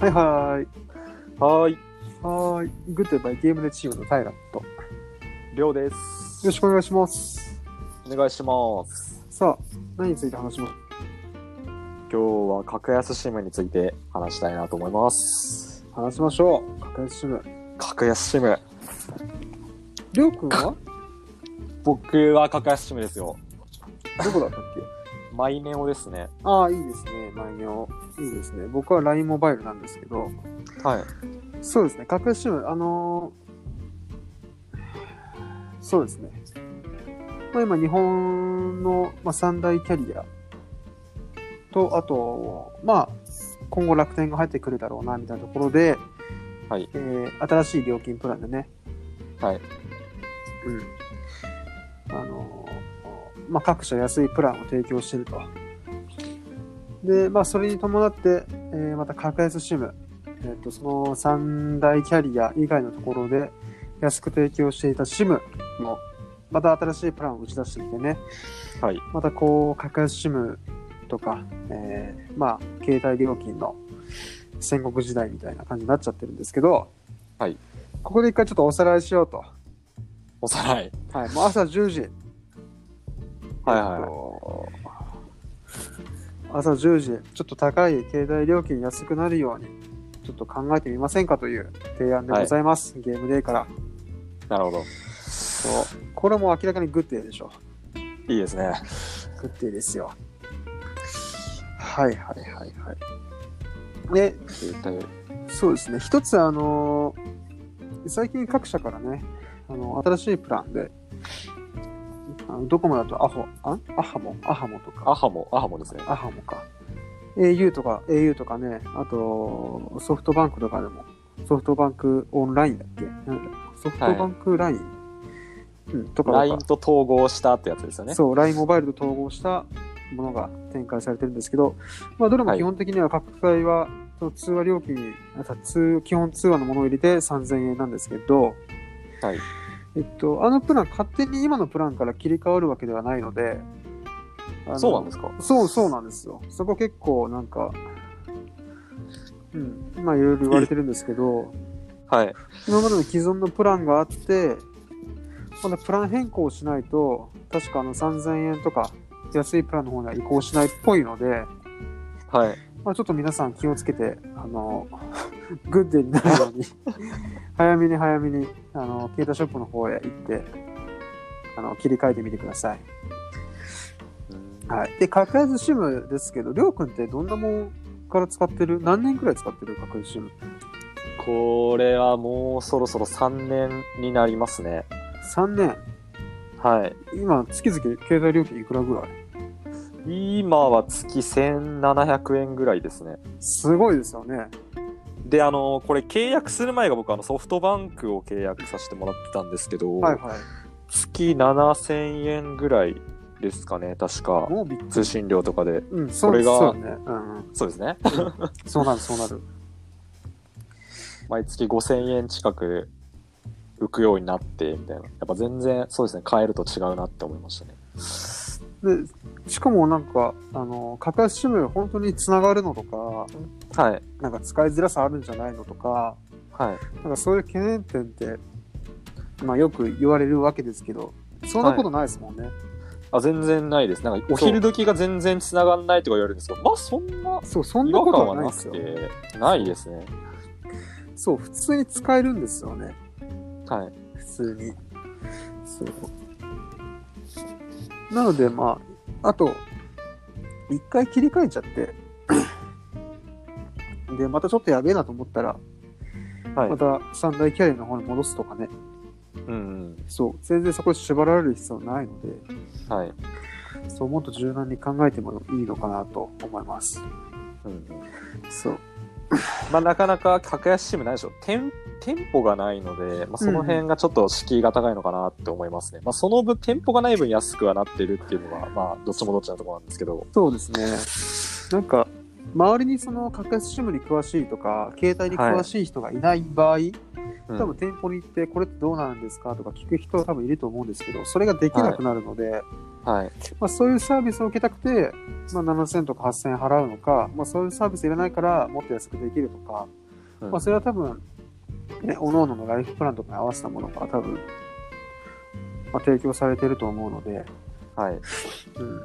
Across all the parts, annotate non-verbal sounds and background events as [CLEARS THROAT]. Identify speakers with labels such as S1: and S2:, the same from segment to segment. S1: はいはーい。はーい。はーい。グッドバイゲームでチームのタイラット。よ
S2: りょうです。
S1: ろしくお願いします。
S2: お願いします。
S1: さあ、何について話します
S2: 今日は格安 SIM について話したいなと思います。
S1: 話しましょう。格安シム。
S2: 格安 SIM。
S1: りょうくんは
S2: 僕は格安 SIM ですよ。
S1: どこだったっけ
S2: マイネオですね。
S1: ああ、いいですね。マイネオ。いいですね。僕は LINE モバイルなんですけど、
S2: はい。
S1: そうですね。格安シム、あのーそうですね。まあ、今、日本の、まあ、三大キャリアと、あと、まあ、今後楽天が入ってくるだろうな、みたいなところで、
S2: はい
S1: えー新しい料金プランでね、
S2: はい。
S1: うん。あのーまあ、各社安いプランを提供してると。で、まあ、それに伴って、えーまた格安シム、えっと、その三大キャリア以外のところで安く提供していた SIM も、また新しいプランを打ち出してきてね、
S2: はい。
S1: またこう、格安 SIM とか、えーまあ、携帯料金の戦国時代みたいな感じになっちゃってるんですけど、
S2: はい。
S1: ここで一回ちょっとおさらいしようと。
S2: おさらい。
S1: はい、もう朝10時。
S2: はいはい
S1: えっと朝10時、ちょっと高い携帯料金安くなるように、ちょっと考えてみませんかという提案でございます。ゲームデーから。
S2: なるほど。
S1: そう。これも明らかにグッデーでしょ。
S2: いいですね。
S1: グッデーですよ。はいはいはいはい。で、そうですね。一つ、あのー最近各社からね、あの、新しいプランで、あのドコモだとアホ、あアハモアハモとか。
S2: アハモ、アハモですね。
S1: アハモか。au とか、au とかね、あと、ソフトバンクとかでも、ソフトバンクオンラインだっけなんだソフトバンクライン、うん、とかとか
S2: LINE と統合したってやつですよね。
S1: そう、LINE モバイルと統合したものが展開されてるんですけど、まあ、どれも
S2: はい
S1: 基本的には各帯は、その通話料金に、あ通基本通話のものを入れて3000円なんですけど、
S2: はい
S1: えっと、あのプラン、勝手に今のプランから切り替わるわけではないので、あの
S2: そうなんですか
S1: そうそうなんですよ。そこ結構なんか、うん、今いろいろ言われてるんですけど、
S2: はい。
S1: 今までの既存のプランがあって、まだプラン変更しないと、確かあの3000円とか安いプランの方には移行しないっぽいので、
S2: はい。
S1: まあ、ちょっと皆さん気をつけて、あの、 [LAUGHS] グッデーになるように、 [LAUGHS] 早めに早めに、あの、携帯ショップの方へ行って、あの、切り替えてみてください。はい。で、格安 SIM ですけど、りょうくんってどんなもんから使ってる何年くらい使ってる格安 SIM?
S2: これはもうそろそろ3年になりますね。
S1: 3年。
S2: はい。
S1: 今、月々携帯料金いくらぐらい
S2: 今は月1700円ぐらいですね。
S1: すごいですよね。
S2: で、あの、これ契約する前が僕あのソフトバンクを契約させてもらってたんですけど、
S1: はいはい。
S2: 月7000円ぐらいですかね、確か。
S1: もうびっ
S2: 通信料とかで。
S1: うん、そう
S2: これが
S1: そうだね。うんうん。
S2: そうですね。
S1: そうなる、そうなる。
S2: 毎月5000円近く浮くようになって、みたいな。やっぱ全然、そうですね、変えると違うなって思いましたね。
S1: で、しかもなんか、あの、格安シムが本当に繋がるのとか、
S2: はい。
S1: なんか使いづらさあるんじゃないのとか、
S2: はい。
S1: なんかそういう懸念点って、まあよく言われるわけですけど、そんなことないですもんね。
S2: あ、全然ないです。なんか、お昼時が全然繋がんないとか言われるんですけど、まあ、そんな
S1: そう、そん
S2: 違
S1: な
S2: 和
S1: こと
S2: 感
S1: はな
S2: は
S1: い
S2: な
S1: です
S2: く
S1: よ。
S2: て、ないですね。
S1: そう、普通に使えるんですよね。
S2: はい。
S1: 普通に。そう。なので、まあ、あと、一回切り替えちゃって、 [CLEARS THROAT] で、またちょっとやべえなと思ったら、
S2: はい。
S1: また三大キャリアの方に戻すとかね。
S2: うん
S1: そう。全然そこで縛られる必要ないので、
S2: うん。はい。
S1: そう、もっと柔軟に考えてもいいのかなと思います。
S2: うんうん
S1: そう。
S2: まあ、なかなか格安チームないでしょ店店舗がないので、まあ、その辺がちょっと敷居が高いのかなって思いますね、まあ、その分店舗がない分安くはなってるっていうのが、まあ、どっちもどっちなところなんですけど
S1: そうですね。なんか、周りにその格安 SIM に詳しいとか、携帯に詳しい人がいない場合、
S2: うん
S1: 多分店舗に行って、これってどうなんですかとか聞く人は多分いると思うんですけど、それができなくなるので、
S2: はい。
S1: まあ、そういうサービスを受けたくて、まあ、7000とか8000円払うのか、まあ、そういうサービスいらないからもっと安くできるとか、
S2: うん
S1: まあ、それは多分、ね、各々のライフプランとかに合わせたものが多分、まあ、提供されていると思うので、
S2: はい。
S1: うんま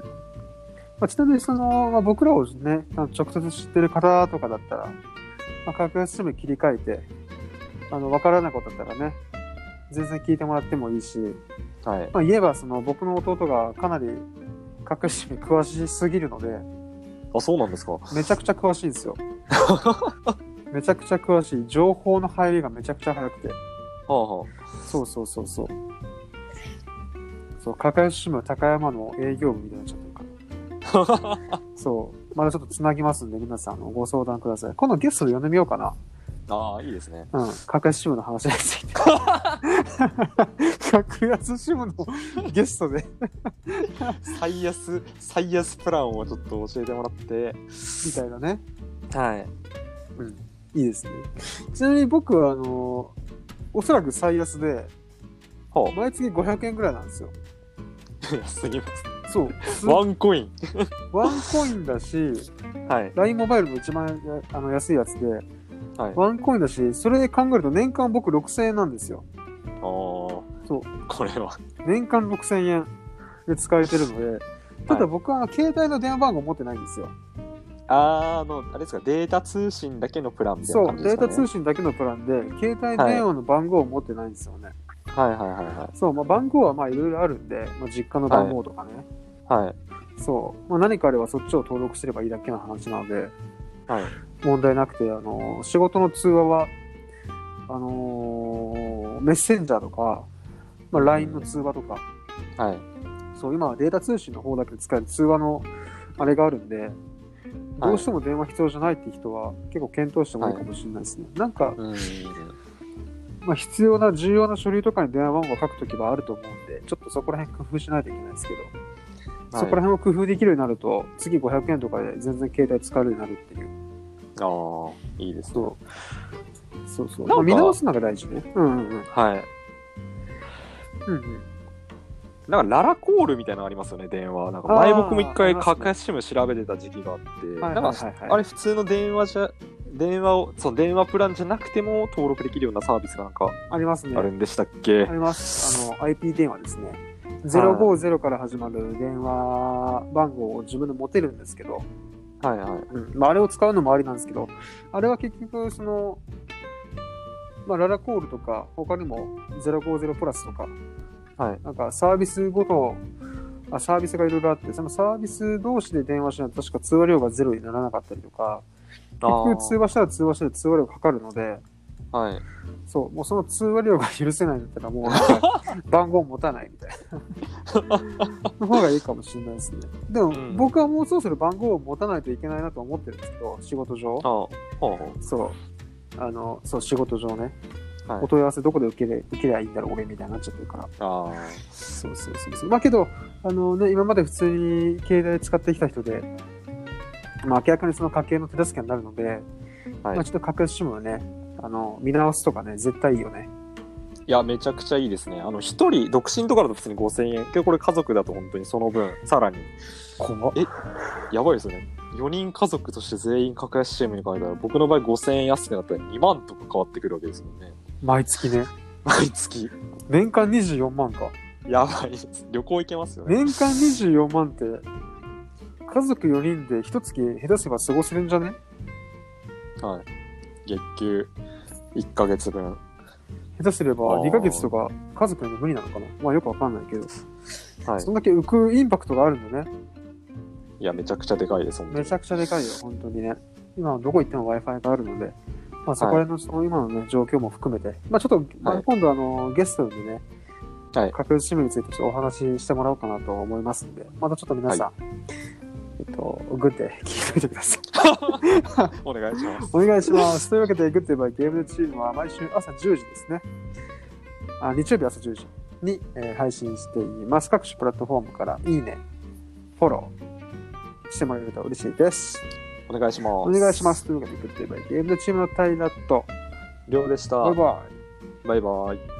S1: あ、ちなみにその、まあ、僕らをね、あの直接知ってる方とかだったら、まあ、格安 SIM 切り替えて、あの、わからないことだったらね、全然聞いてもらってもいいし、
S2: はい。
S1: まあ、言えばその僕の弟がかなり格安 SIM に詳しすぎるので、
S2: あ、そうなんですか。
S1: めちゃくちゃ詳しいんですよ。めちゃくちゃ詳しい。情報の入りがめちゃくちゃ早くて。
S2: はあは
S1: そうそうそうそう。そう、格安 SIM は高山の営業部みたいになっちゃってるから。そう。まだちょっとつなぎますんで、皆さんあのご相談ください。今度ゲストで呼んでみようかな。
S2: あ。ああ、いいですね。
S1: うん。格安 SIM の話について。 [LAUGHS] 格安 SIM のゲストで
S2: 最安、最安プランをちょっと教えてもらって。
S1: みたいなね。
S2: はい。
S1: うん。いいですね。ちなみに僕は、あの、おそらく最安で、
S2: ほう。
S1: 毎月500円ぐらいなんですよ。
S2: 安すぎます。
S1: そう。す
S2: ワンコイン。
S1: ワンコインだし、
S2: はい。
S1: LINE モバイルの一番やあの安いやつで、
S2: はい。あ
S1: ワンコインだし、それで考えると年間僕6000円なんですよ。。
S2: あ。そうこれは。
S1: 年間6000円で使えてるので、ただ僕は携帯の電話番号持ってないんですよ。
S2: あーあの、あれですか、データ通信だけのプランみたいな
S1: そ
S2: 感
S1: う、
S2: じで
S1: デ
S2: す
S1: ー
S2: か、
S1: タ
S2: ね。
S1: 通信だけのプランで、携帯電話の番号を持ってないんですよね。
S2: はいはいはいは
S1: そう、まあ、番号はまあいろいろあるんで、まあ、実家の番号とかね。
S2: い。はい。
S1: そう、まあ、何かあればそっちを登録すればいいだけの話なので、
S2: はい
S1: 問題なくてあの仕事の通話はあのーメッセンジャーとか、まあ、LINE の通話とか、
S2: はい。
S1: そう今はデータ通信の方だけで使える通話のあれがあるんでどうしても電話必要じゃないって人は結構検討してもいいかもしれないですね、なんか、
S2: うん。
S1: まあ、必要な重要な書類とかに電話番号を書くときはあると思うんでちょっとそこら辺工夫しないといけないですけど、そこら
S2: はい、
S1: 辺を工夫できるようになると次500円とかで全然携帯使えるようになるっていう
S2: ああ、いいですね。
S1: そう。そうそう。ま
S2: なんか
S1: あ、見直すのが大事ね。うんうんうん。
S2: はい。
S1: うんうん、
S2: なんかララコールみたいなのありますよね、電話。なんか前
S1: あー
S2: 僕も一
S1: あり
S2: 回
S1: ますね
S2: 格安 SIM 調べてた時期があって、
S1: はい
S2: な
S1: は
S2: ん
S1: い
S2: か
S1: はい、
S2: あ
S1: はい。
S2: れ普通の電話じゃ、電話を、その電話プランじゃなくても登録できるようなサービスがなんか
S1: ありますね。
S2: あるんでしたっけ、
S1: あります。あの、IP 電話ですね。050から始まる電話番号を自分で持てるんですけど、
S2: はいはい。
S1: うんまあ、あれを使うのもありなんですけど、あれは結局、その、まあ、ララコールとか、他にも050プラスとか、
S2: はい。
S1: なんかサービスごと、あサービスがいろいろあって、そのサービス同士で電話しないと確か通話量がゼロにならなかったりとか、
S2: あ
S1: 結局
S2: ー
S1: 通話したら通話したら通話量かかるので、
S2: はい。
S1: そう、もうその通話量が [LAUGHS] 許せないんだったら、もうなんか番号持たないみたい [LAUGHS] な。の方がいいかもしれないですね。でも、
S2: うん
S1: 僕はもうそろそろ番号を持たないといけないなと思ってるんですけど、仕事上
S2: あ。あ、はあは
S1: そう。あの、そう、仕事上ね。
S2: あ、はい
S1: お。問い合わせどこで受けれ受けりゃいいんだろう、俺みたいになっちゃってるから。
S2: あ
S1: そうそうそうそう。まあけど、あのね、今まで普通に携帯使ってきた人で、まあ明らかにその家計の手助けになるので、
S2: あ、はい
S1: まあ、ち。ょっと格安 SIM をね、あの、見直すとかね、絶対いいよね。
S2: いや、めちゃくちゃいいですね。あの、一人、独身とかだと普通に5000円。けどこれ家族だと本当にその分、さらに。
S1: 怖っ
S2: えやばいですよね。4人家族として全員格安 CM に変えたら、僕の場合5000円安くなったら2万とか変わってくるわけですもんね。
S1: 毎月ね。
S2: 毎月。 [LAUGHS]
S1: 年間24万か。
S2: やばいです。旅行行けますよね。
S1: 年間24万って、家族4人で一月下手すれば過ごせるんじゃね
S2: 月給1ヶ月分。
S1: 下手すれば
S2: あー
S1: 2ヶ月とか家族にも無理なのかなまあよくわかんないけど、
S2: はい
S1: そ。んだけ浮くインパクトがあるんだね。
S2: いや、めちゃくちゃでかいです、本当
S1: め
S2: に
S1: ち。ゃくちゃでかいよ、本当にね。今はどこ行っても Wi-Fi があるので、まあそこら辺のその今のね、状況も含めて、まあちょっと、ま
S2: は
S1: あ、
S2: い
S1: 今度あの、ゲストでね、
S2: はい
S1: 格安 SIM についてちょっとお話ししてもらおうかなと思いますので、またちょっと皆さん、えっと、グッで聞いておいてください。
S2: お願いします。
S1: お願いします。というわけで、グッデバイゲームズチームは毎週朝10時ですね。あ日曜日朝10時に、えー配信しています。各種プラットフォームからいいね、フォローしてもらえると嬉しいです。
S2: お願いします。
S1: お願いしま。す。というわけで、グッドバイゲームのチームのタイラット。
S2: りょうでした。
S1: バイバイ。
S2: バイバイ。